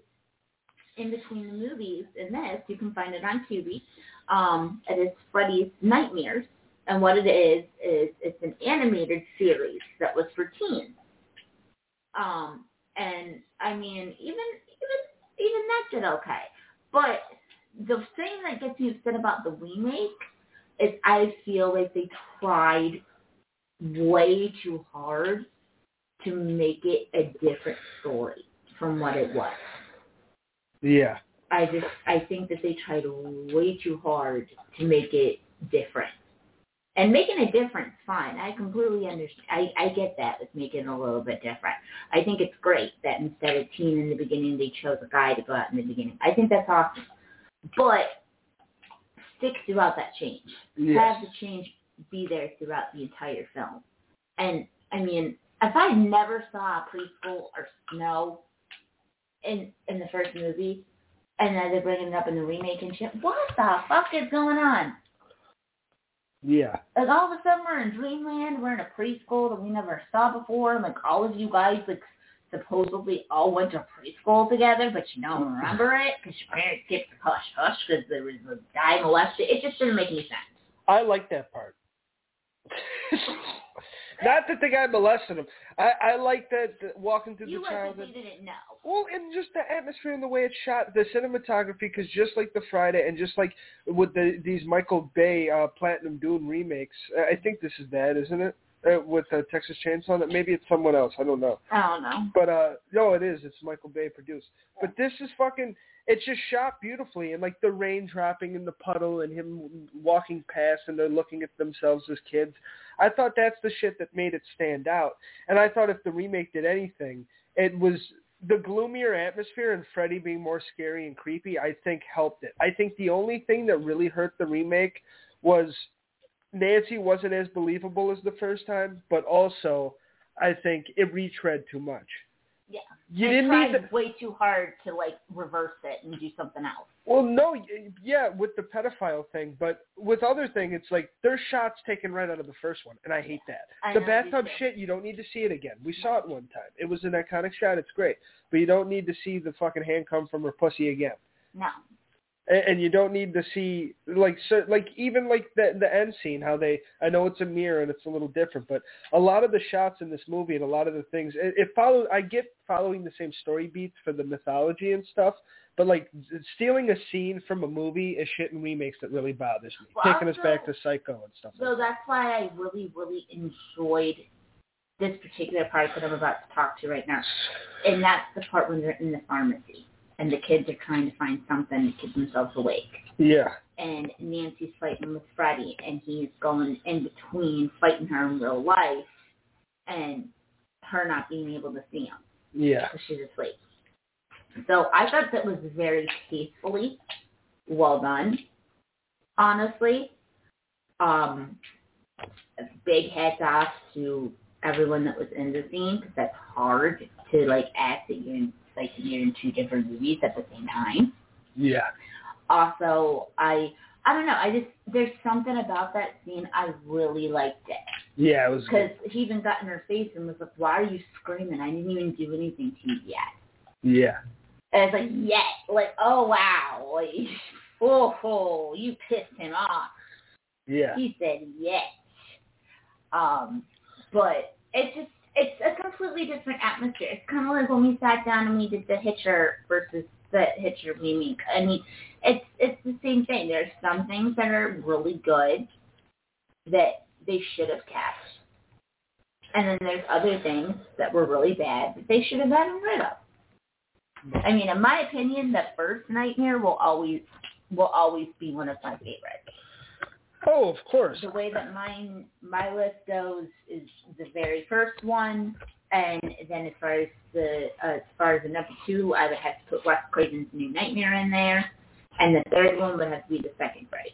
C: in between the movies and this, you can find it on Tubi. Um, it is Freddy's Nightmares. And what it is, is it's an animated series that was for teens. Um, and, I mean, even, even, even that did okay. But the thing that gets me upset about the remake is I feel like they tried way too hard to make it a different story from what it was.
B: Yeah.
C: I just I think that they tried way too hard to make it different. And making a difference, fine. I completely understand. I, I get that with making it a little bit different. I think it's great that instead of teen in the beginning, they chose a guy to go out in the beginning. I think that's awesome. But stick throughout that change
B: Yeah.
C: have the change be there throughout the entire film. And I mean, if I never saw preschool or snow in in the first movie, and then they're bringing it up in the remake and shit, what the fuck is going on?
B: Yeah.
C: Like all of a sudden we're in dreamland, we're in a preschool that we never saw before, and like all of you guys like supposedly all went to preschool together, but you don't remember it because your parents kept the hush hush because there was a guy molested. It just didn't make any sense.
B: I like that part. Not that the guy molested him. I, I like that, that walking through
C: You
B: the
C: like
B: childhood.
C: they didn't know.
B: Well, and just the atmosphere and the way it's shot, the cinematography, because just like the Friday and just like with the these Michael Bay uh, Platinum Dune remakes, I I think this is that, isn't it? Uh, with uh, Texas Chainsaw, that maybe it's someone else. I don't know.
C: I don't know.
B: But uh no, it is. It's Michael Bay produced. But this is fucking. It's just shot beautifully, and like the rain dropping in the puddle, and him walking past, and they're looking at themselves as kids. I thought that's the shit that made it stand out. And I thought if the remake did anything, it was the gloomier atmosphere and Freddy being more scary and creepy. I think helped it. I think the only thing that really hurt the remake was Nancy wasn't as believable as the first time, but also I think it retread too much.
C: Yeah.
B: You
C: They
B: didn't
C: tried
B: need the,
C: way too hard to like reverse it and do something else.
B: well, no, y- yeah, with the pedophile thing, but with other thing, it's like there's shots taken right out of the first one, and I hate that.
C: I
B: the
C: know, me
B: bathtub
C: too.
B: shit, you don't need to see it again. We saw it one time. It was an iconic shot. It's great, but you don't need to see the fucking hand come from her pussy again.
C: No.
B: and, and you don't need to see like so, like even like the the end scene how they I know it's a mirror and it's a little different but a lot of the shots in this movie and a lot of the things it, it follows I get following the same story beats for the mythology and stuff but like stealing a scene from a movie is shit in remakes that really bothers me
C: Well,
B: taking us
C: also-
B: back to Psycho and stuff
C: So
B: like that.
C: that's why I really, really enjoyed this particular part that I'm about to talk to right now. And that's the part when they're in the pharmacy. and the kids are trying to find something to keep themselves awake.
B: Yeah.
C: And Nancy's fighting with Freddie, and he's going in between fighting her in real life and her not being able to see him
B: Yeah.
C: because she's asleep. So I thought that was very tastefully well done. Honestly, um, big hats off to everyone that was in the scene because that's hard to like act that you're in, like you're in two different movies at the same time.
B: Yeah.
C: Also, I I don't know. I just there's something about that scene I really liked it.
B: Yeah, it was
C: Because
B: good.
C: he even got in her face and was like, why are you screaming? I didn't even do anything to you yet.
B: Yeah.
C: And it's like, yes. Like, oh, wow. Like, oh, oh, you pissed him off.
B: Yeah.
C: He said yes. Um, but it's just, it's a completely different atmosphere. It's kind of like when we sat down and we did the Hitcher versus the Hitcher remake. I mean, it's it's the same thing. There's some things that are really good that they should have kept. And then there's other things that were really bad that they should have gotten rid of. I mean, in my opinion, the first nightmare will always will always be one of my favorites
B: Oh, of course.
C: the way that mine my list goes is the very first one, and then as far as the uh, as far as the number two, I would have to put Wes Craven's New Nightmare in there, and the third one would have to be the second grade.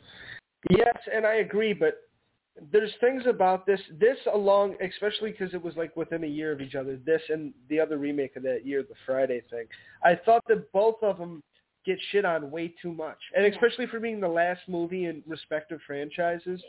B: Yes, and I agree, but there's things about this, this along, especially because it was like within a year of each other, this and the other remake of that year, the Friday thing. I thought that both of them get shit on way too much, and
C: Yeah.
B: especially for being the last movie in respective franchises.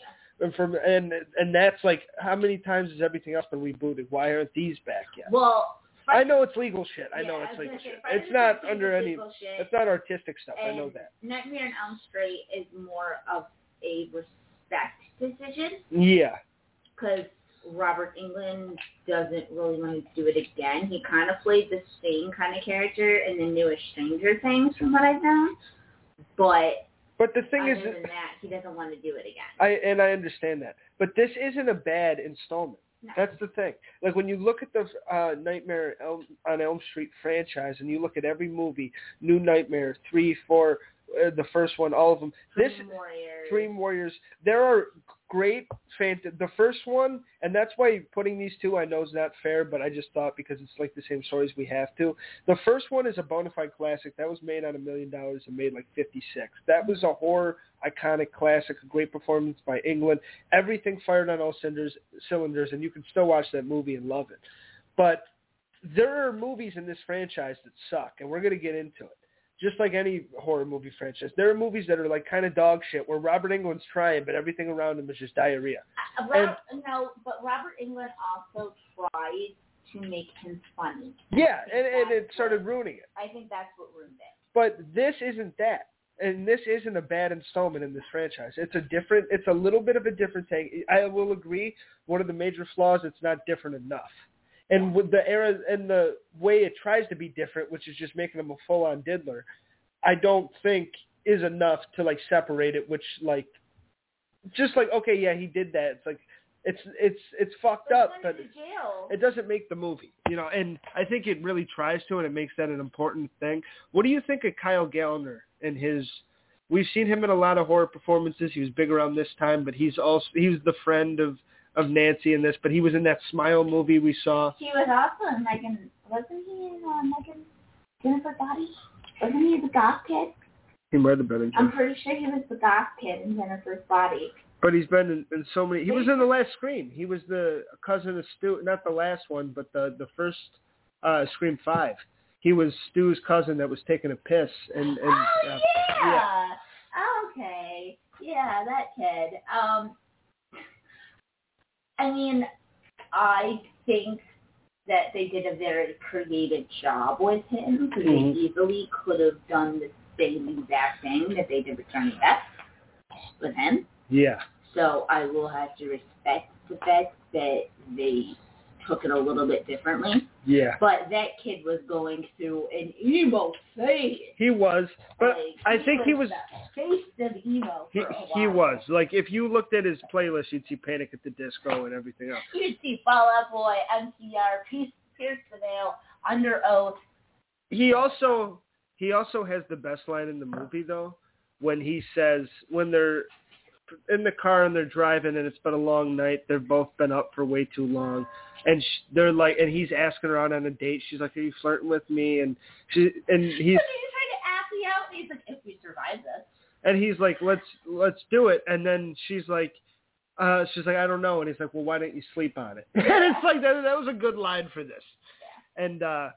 B: And from and and that's like how many times has everything else been rebooted? Why aren't these back yet?
C: Well,
B: I know it's legal shit. I
C: yeah,
B: know
C: was
B: it's
C: gonna
B: legal
C: say,
B: shit.
C: Friday
B: It's
C: the
B: not
C: 13th
B: under
C: is
B: any.
C: legal shit,
B: It's not artistic stuff. I know
C: and
B: that.
C: Nightmare on Elm Street is more of a respect decision
B: Yeah.
C: because Robert England doesn't really want to do it again. He kind of played the same kind of character in the newest Stranger Things, from what I've known. But
B: But the thing
C: other
B: is, uh,
C: than that, he doesn't want to do it again.
B: I and I understand that, but this isn't a bad installment.
C: No.
B: That's the thing. Like when you look at the uh, Nightmare Elm, on Elm Street franchise, and you look at every movie, New Nightmare, three, four, uh, the first one, all of them. This
C: Dream Warriors.
B: Dream Warriors. There are great fan. The first one, and that's why putting these two, I know is not fair, but I just thought because it's like the same stories, we have to. The first one is a bona fide classic that was made on a million dollars and made like fifty six. That was a horror iconic classic, a great performance by England. Everything fired on all cinders, cylinders, and you can still watch that movie and love it. But there are movies in this franchise that suck, and we're going to get into it. Just like any horror movie franchise, there are movies that are like kind of dog shit where Robert England's trying, but everything around him is just diarrhea.
C: Uh, Rob, no, but Robert England also tried to make him funny.
B: Yeah, and, and it started ruining it.
C: I think that's what ruined it.
B: But this isn't that. And this isn't a bad installment in this franchise. It's a different, it's a little bit of a different take. I will agree, one of the major flaws, it's not different enough. And with the era and the way it tries to be different, which is just making them a full-on diddler, I don't think is enough to like separate it, which like, just like, okay, yeah, he did that. It's like, it's, it's, it's fucked up,
C: he
B: but
C: went to jail.
B: it doesn't make the movie, you know. And I think it really tries to, and it makes that an important thing. What do you think of Kyle Gallner and his? We've seen him in a lot of horror performances. He was big around this time, but he's also he was the friend of of Nancy in this. But he was in that Smile movie we saw.
C: He was also in Megan. Wasn't he in uh, Megan Jennifer Body? Wasn't he the goth kid?
B: He might have been in,
C: I'm pretty sure he was the goth kid in Jennifer's Body.
B: but he's been in, in so many. He was in the last Scream. He was the cousin of Stu, not the last one, but the the first uh Scream Five. He was Stu's cousin that was taking a piss and and.
C: oh
B: uh,
C: yeah. Oh,
B: yeah.
C: Okay. Yeah, that kid. Um, I mean, I think that they did a very creative job with him because
B: Mhm.
C: they easily could have done the same exact thing that they did with Johnny Depp with him.
B: yeah.
C: So I will have to respect the fact that they took it a little bit differently.
B: Yeah.
C: But that kid was going through an emo phase.
B: He was, but
C: Like,
B: I think he was.
C: the face of emo.
B: He,
C: Oh, for a
B: he
C: while.
B: was like if you looked at his playlist, you'd see Panic at the Disco and everything else.
C: You'd see Fall Out Boy, MCR, Pierce, Pierce the Veil, Under Oath.
B: He also He also has the best line in the movie though, when he says when they're in the car and they're driving and it's been a long night. They've both been up for way too long, and sh they're like, and he's asking her out on a date. She's like, "Are you flirting with me?" And she and he's
C: He's trying to ask me out, and he's like, if we survive this.
B: and he's like, "Let's let's do it." And then she's like, uh, "She's like, I don't know." And he's like, "Well, why don't you sleep on it?" and it's like that. That was a good line for this. And uh,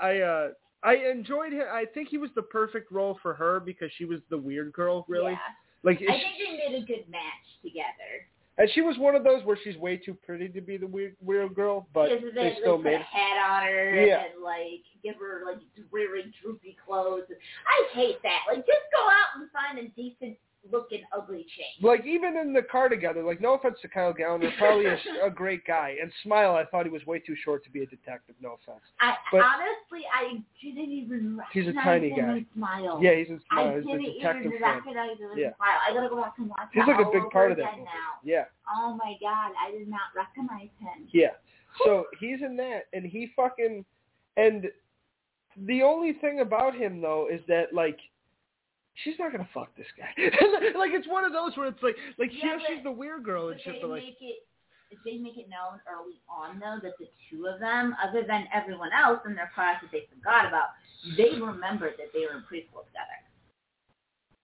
B: I uh, I enjoyed him. I think he was the perfect role for her because she was the weird girl, really.
C: Yeah.
B: Like,
C: I
B: she,
C: think they made a good match together.
B: and she was one of those where she's way too pretty to be the weird weird girl, but
C: Because
B: they
C: like,
B: still
C: put
B: made.
C: a hat on her
B: Yeah.
C: and like give her like really droopy clothes. I hate that. Like just go out and find a decent looking ugly chick.
B: Like even in the car together, like no offense to Kyle Gallagher, probably a, a great guy. And Smile, I thought he was way too short to be a detective. No offense.
C: I
B: But-
C: honestly I didn't even recognize
B: He's a tiny
C: him
B: guy.
C: in smile.
B: Yeah, he's in
C: I
B: Smile. He's
C: didn't
B: the detective
C: even
B: friend.
C: recognize him in
B: Yeah.
C: smile. I gotta go back and watch
B: He's
C: that
B: like a
C: all
B: big
C: over
B: part of that
C: again
B: movie.
C: now.
B: Yeah,
C: Oh my god, I did not recognize him.
B: yeah. So he's in that, and he fucking, and the only thing about him though is that like, she's not gonna fuck this guy. like it's one of those where it's like, like
C: Yeah,
B: yeah,
C: but-
B: she's the weird girl
C: But
B: and shit,
C: they
B: but Oh, like,
C: make it they make it known early on though that the two of them, other than everyone else in their class that they forgot about, they remembered that they were in preschool together.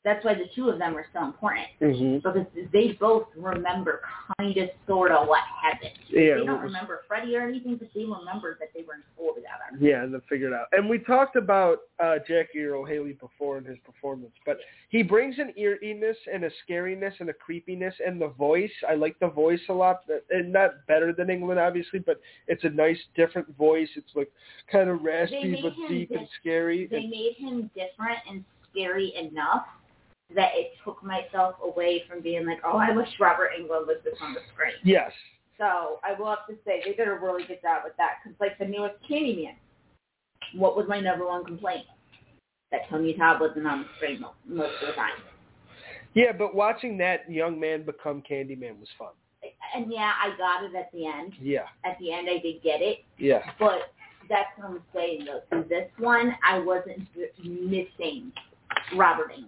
C: That's why the two of them are so important
B: mm-hmm.
C: because they both remember kind of, sort of what happened.
B: yeah,
C: they
B: what
C: don't
B: was-
C: remember Freddie or anything, but they remember that they were in school together.
B: Yeah, and then figure it out. And we talked about uh, Jackie Earl Haley before in his performance, but he brings an eeriness and a scariness and a creepiness and the voice. I like the voice a lot, uh, and not better than England, obviously, but it's a nice, different voice. It's like kind of raspy
C: made
B: but
C: him
B: deep and
C: this-
B: scary.
C: They
B: And-
C: made him different and scary enough that it took myself away from being like, oh, I wish Robert Englund was this on the screen.
B: yes,
C: So I will have to say they did a really good job with that because, like, the newest Candyman, what was my number one complaint? That Tony Todd wasn't on the screen mo- most of the time.
B: yeah, but watching that young man become Candyman was fun.
C: And yeah, I got it at the end.
B: Yeah,
C: At the end, I did get it,
B: yeah,
C: but that's what I'm saying though. In this one, I wasn't missing Robert Englund.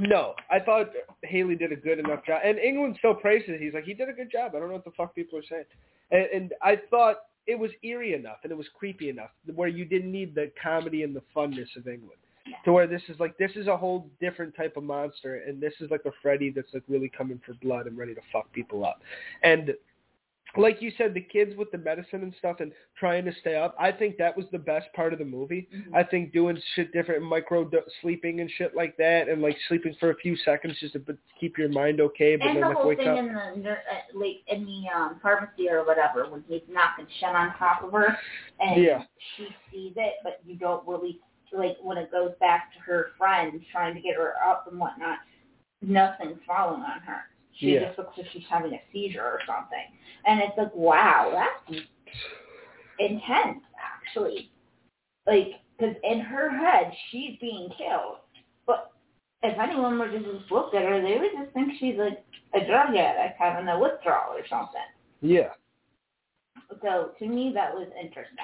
B: No, I thought Haley did a good enough job, and England still praises. it. He's like, he did a good job. I don't know what the fuck people are saying, and, and I thought it was eerie enough and it was creepy enough where you didn't need the comedy and the funness of England, to where this is like this is a whole different type of monster, and this is like a Freddy that's like really coming for blood and ready to fuck people up, and like you said, the kids with the medicine and stuff and trying to stay up. I think that was the best part of the movie.
C: Mm-hmm.
B: I think doing shit different, micro do- sleeping and shit like that, and like sleeping for a few seconds just to b- keep your mind okay, but
C: And
B: then
C: the
B: like
C: whole
B: wake
C: thing
B: up.
C: in the ner- uh, like in the um, pharmacy or whatever when he's knocking shit on top of her and
B: Yeah.
C: she sees it, but you don't really like when it goes back to her friend trying to get her up and whatnot. Nothing's falling on her. She
B: Yeah.
C: just looks like she's having a seizure or something, and it's like, wow, that's intense, actually. Like, because in her head, she's being killed, but if anyone were to just look at her, they would just think she's like a drug addict having a withdrawal or something.
B: Yeah,
C: So to me, that was interesting.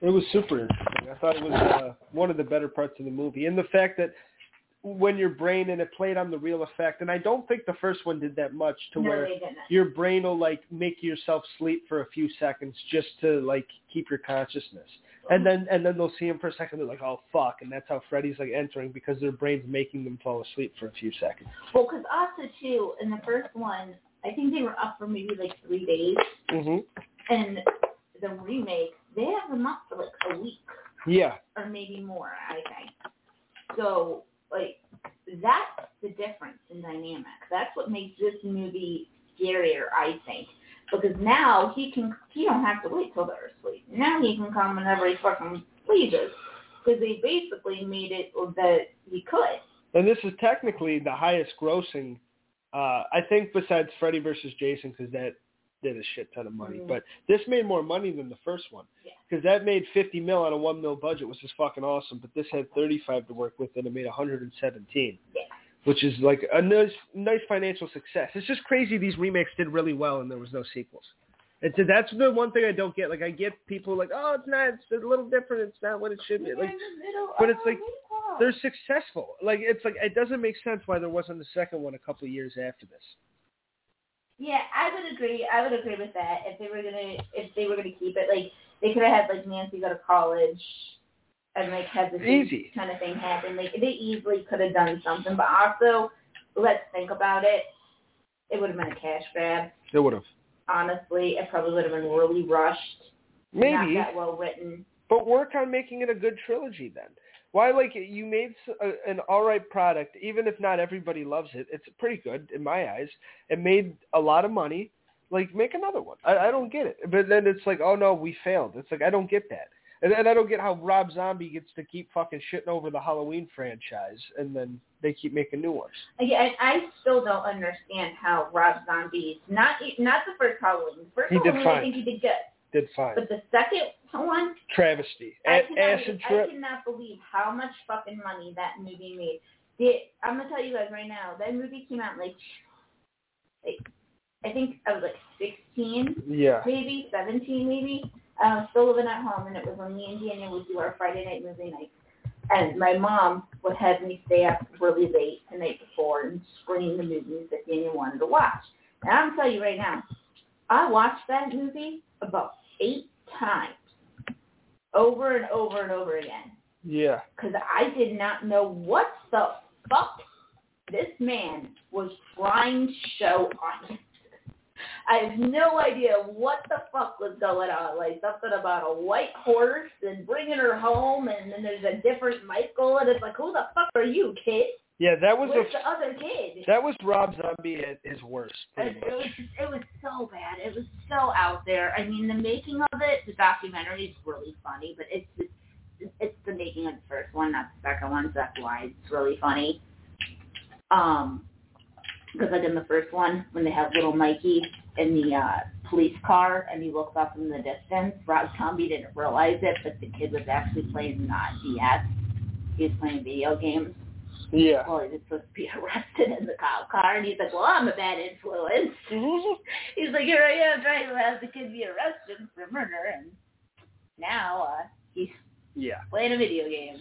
B: it was super interesting. I thought it was uh, one of the better parts of the movie, and the fact that when your brain and it played on the real effect, and I don't think the first one did that much to
C: no,
B: where
C: they didn't.
B: your brain will like make yourself sleep for a few seconds just to like keep your consciousness. And then and then they'll see him for a second. They're like, oh fuck, and that's how Freddy's like entering because their brain's making them fall asleep for a few seconds.
C: Well, because also too, in the first one, I think they were up for maybe like three days,
B: Mm-hmm.
C: and the remake, they have them up for like a week
B: Yeah,
C: or maybe more. I think. So like that's the difference in dynamic. That's what makes this movie scarier, I think. Because now he can he don't have to wait till they're asleep. Now he can come whenever he fucking pleases. Because they basically made it that he could.
B: and this is technically the highest grossing, uh, I think, besides Freddy versus Jason, because that did a shit ton of money.
C: Mhm.
B: But this made more money than the first one
C: Yeah.
B: because that made 50 mil on a one mil budget, which is fucking awesome. But this had 35 to work with, and it made 117.
C: Yeah.
B: Which is like a nice, nice financial success. It's just crazy these remakes did really well and there was no sequels. It's that's the one thing I don't get. Like I get people like, oh, it's not. It's a little different. It's not what it should be. Like but it's like, they're successful. Like it's like it doesn't make sense why there wasn't a second one a couple of years after this.
C: Yeah, I would agree. I would agree with that. If they were gonna, if they were gonna keep it, like they could have had like Nancy go to college, and like had this
B: Easy.
C: kind of thing happen. Like they easily could have done something, but also let's think about it. It would have been a cash grab.
B: They would have
C: Honestly, it probably would have been really rushed.
B: maybe,
C: not that well written.
B: but work on making it a good trilogy then. Why like you made s- a- an all right product, even if not everybody loves it. It's pretty good in my eyes. It made a lot of money. Like make another one. I, I don't get it. But then it's like, oh no, we failed. It's like I don't get that. And, and I don't get how Rob Zombie gets to keep fucking shitting over the Halloween franchise, and then they keep making new ones.
C: Yeah, I, I still don't understand how Rob Zombie's not e, not the first Halloween. The first
B: He did
C: Halloween,
B: fine.
C: I think he did good,
B: Did fine.
C: but the second one,
B: travesty,
C: I
B: A-
C: cannot,
B: acid
C: I
B: trip.
C: cannot believe how much fucking money that movie made. The, I'm gonna tell you guys right now, that movie came out like, like I think I was like 16,
B: Yeah,
C: maybe 17, maybe. I was still living at home, and it was when me and Daniel would do our Friday night movie night. And my mom would have me stay up really late the night before and screen the movies that Daniel wanted to watch. And I'm telling you right now, I watched that movie about eight times, over and over and over again,
B: yeah.
C: because I did not know what the fuck this man was trying to show on it. I have no idea what the fuck was going on. Like something about a white horse and bringing her home, and then there's a different Michael, and it's like, who the fuck are you, kid?
B: Yeah, that was
C: Where's
B: a,
C: the other kid?
B: that was Rob Zombie at his worst. Pretty
C: It, it was
B: much.
C: just, it was so bad. It was so out there. I mean, the making of it, the documentary is really funny, but it's just, it's the making of the first one, not the second one. So that's why it's really funny. Um, because like in the first one, when they have little Mikey in the uh, police car and he looks up in the distance, Rob Zombie didn't realize it, but the kid was actually playing uh, DS. He was playing video games
B: Yeah.
C: well, he was supposed to be arrested in the cop car, and he's like, well, I'm a bad influence. Mm-hmm. he's like, here I am trying to have the kid be arrested for murder, and now uh, he's
B: Yeah.
C: playing a video game.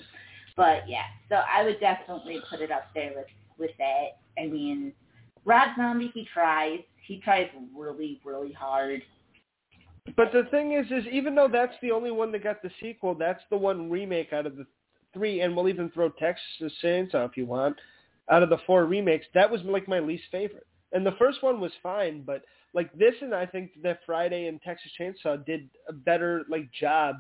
C: But yeah, so I would definitely put it up there with with that. I mean, Rob Zombie, he tries. He tries really, really hard.
B: But the thing is, is even though that's the only one that got the sequel, that's the one remake out of the three, and we'll even throw Texas Chainsaw if you want. Out of the four remakes, that was like my least favorite. And the first one was fine, but like this, and I think that Friday and Texas Chainsaw did a better like job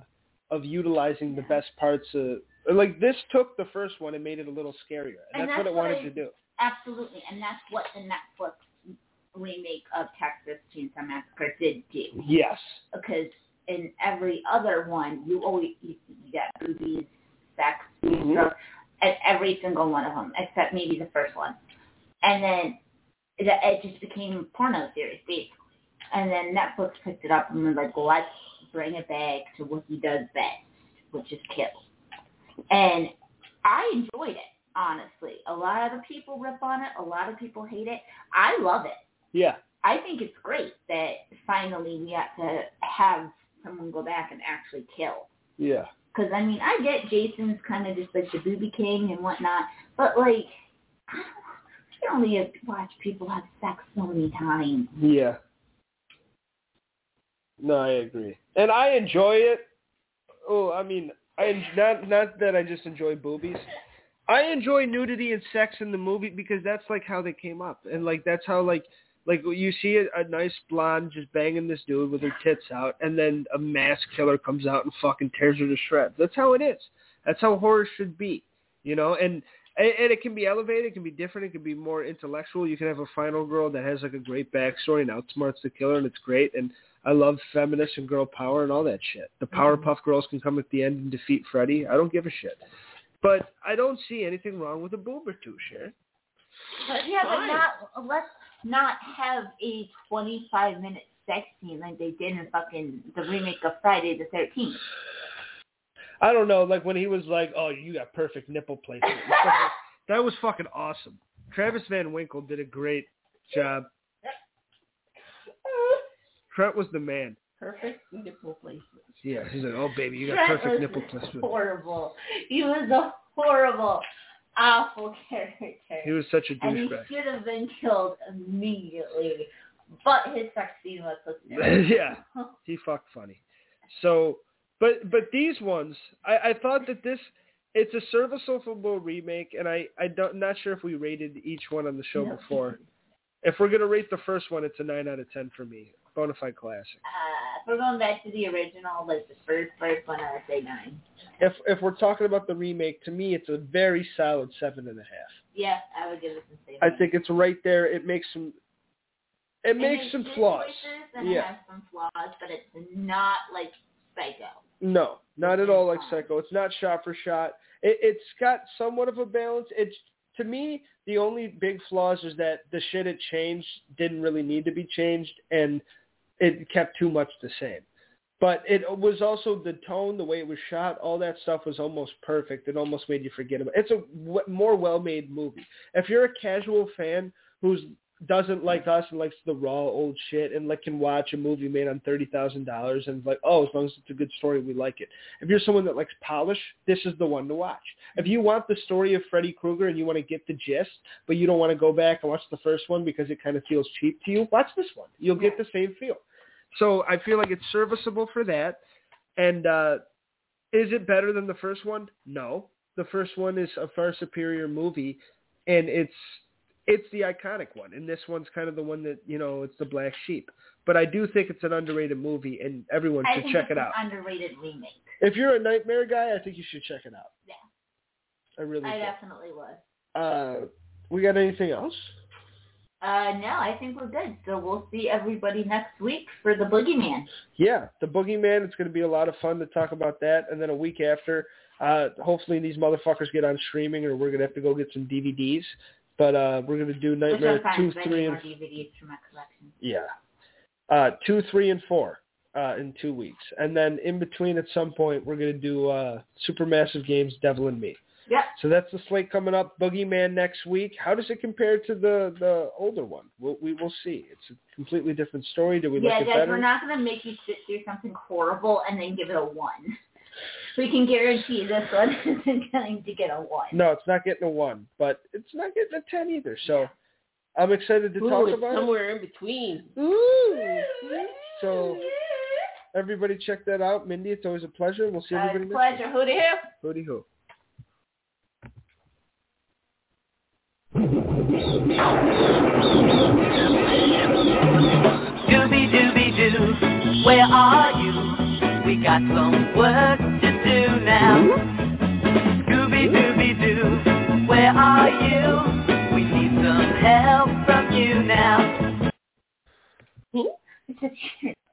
B: of utilizing the best parts of. Like this took the first one and made it a little scarier. And,
C: And
B: that's, what
C: that's
B: it
C: what
B: wanted
C: I-
B: to do.
C: Absolutely, and that's what the Netflix remake of Texas Chainsaw Massacre did do.
B: Yes.
C: because in every other one you always you see that boobies, sex,
B: Mhm.
C: drugs, at every single one of them except maybe the first one, and then it, it just became porno series basically, and then Netflix picked it up and was like, let's bring it back to what he does best, which is kill, and I enjoyed it honestly. A lot of people rip on it, a lot of people hate it. I love it.
B: Yeah.
C: I think it's great that finally we got to have someone go back and actually kill.
B: Yeah.
C: Because I mean, I get Jason's kind of just like the booby king and whatnot, but like, I don't, I can only have watched people have sex so many times.
B: Yeah. No, I agree, and I enjoy it. Oh, I mean, I en- not not that I just enjoy boobies. I enjoy nudity and sex in the movie because that's like how they came up, and like that's how like like you see a, a nice blonde just banging this dude with her tits out, and then a mass killer comes out and fucking tears her to shreds. That's how it is. That's how horror should be, you know. And and, and it can be elevated, it can be different, it can be more intellectual. You can have a final girl that has like a great backstory and outsmarts the killer, and it's great. And I love feminist and girl power and all that shit. The Powerpuff Girls can come at the end and defeat Freddy. I don't give a shit. But I don't see anything wrong with a boob or two, Sharon.
C: But yeah,
B: Fine.
C: but not let's not have a 25 minute sex scene like they did in fucking the remake of Friday the 13th.
B: I don't know, like when he was like, "Oh, you got perfect nipple placement." and stuff like- that was fucking awesome. Travis Van Winkle did a great job. Trent was the man.
D: Perfect nipple placement.
B: Yeah, he said, "Oh baby, you got
C: Trent
B: perfect
C: was
B: nipple placement."
C: oh, Horrible. He was a horrible, awful character.
B: He was such a
C: and he
B: douchebag.
C: should have been killed immediately. But his sex scene was listening.
B: yeah,
C: Uh,
B: he fucked funny. So, but but these ones, I, I thought that this it's a serviceable remake, and I I don't not sure if we rated each one on the show
C: No.
B: before. If we're gonna rate the first one, it's a nine out of ten for me. Bonafide classic.
C: Uh, if we're going back to the original, like the first first one, I would say nine.
B: If if we're talking about the remake, to me, it's a very solid seven and a half.
C: Yeah, I would give it the same.
B: I think it's right there. It makes some. It, makes some flaws.
C: And
B: Yeah.
C: yeah. has some flaws, but it's not like psycho.
B: No, not at all like
C: Fine.
B: Psycho. It's not shot for shot. It, it's got somewhat of a balance. It's to me the only big flaws is that the shit it changed didn't really need to be changed, and it kept too much the same. But it was also the tone, the way it was shot, all that stuff was almost perfect. It almost made you forget about. It's a w- more well-made movie. If you're a casual fan who's doesn't like us and likes the raw old shit and like can watch a movie made on thirty thousand dollars and like oh as long as it's a good story we like it. If you're someone that likes polish, this is the one to watch. If you want the story of Freddy Krueger and you want to get the gist, but you don't want to go back and watch the first one because it kind of feels cheap to you, watch this one. You'll get the same feel. So I feel like it's serviceable for that. And uh, is it better than the first one? No. The first one is a far superior movie, and it's it's the iconic one, and this one's kind of the one that you know it's the black sheep. But I do think it's an underrated movie, and everyone
C: I
B: should
C: think
B: check
C: it's
B: it
C: an
B: out.
C: underrated remake.
B: If you're a nightmare guy, I think you should check it out.
C: Yeah.
B: I really
C: I
B: do.
C: definitely would.
B: Uh, we got anything else?
C: Uh, no, I think we're good. So we'll see everybody next week for the Boogeyman.
B: Yeah, the Boogeyman. It's going to be a lot of fun to talk about that. And then a week after, uh, hopefully these motherfuckers get on streaming, or we're going to have to go get some DVDs. But uh, we're going to do
C: Which
B: Nightmare
C: I'm fine
B: two,
C: because I
B: three,
C: need
B: and
C: more DVDs for my collection.
B: yeah, uh, two, three, and four uh, in two weeks. And then in between, at some point, we're going to do uh, Supermassive Games, Devil and Me.
C: Yep.
B: So that's the slate coming up. Boogeyman next week. How does it compare to the the older one? We'll, we will see. It's a completely different story. Do we
C: yeah,
B: like it
C: guys,
B: better?
C: we're not going to make you sit through something horrible and then give it a 1. We can guarantee this one isn't going to get a 1.
B: no, it's not getting a one, but it's not getting a ten either. So I'm excited to
D: Ooh,
B: talk
D: it's
B: about it.
D: somewhere in between.
B: So everybody check that out. Mindy, it's always a pleasure. We'll see
C: Uh, it's
B: everybody
C: a pleasure.
B: next
C: Who do you?
B: Hooty hoo.
E: Dooby dooby doo, where are you? We got some work to do now. Scooby dooby doo, where are you? We need some help from you now.
C: Me? It's a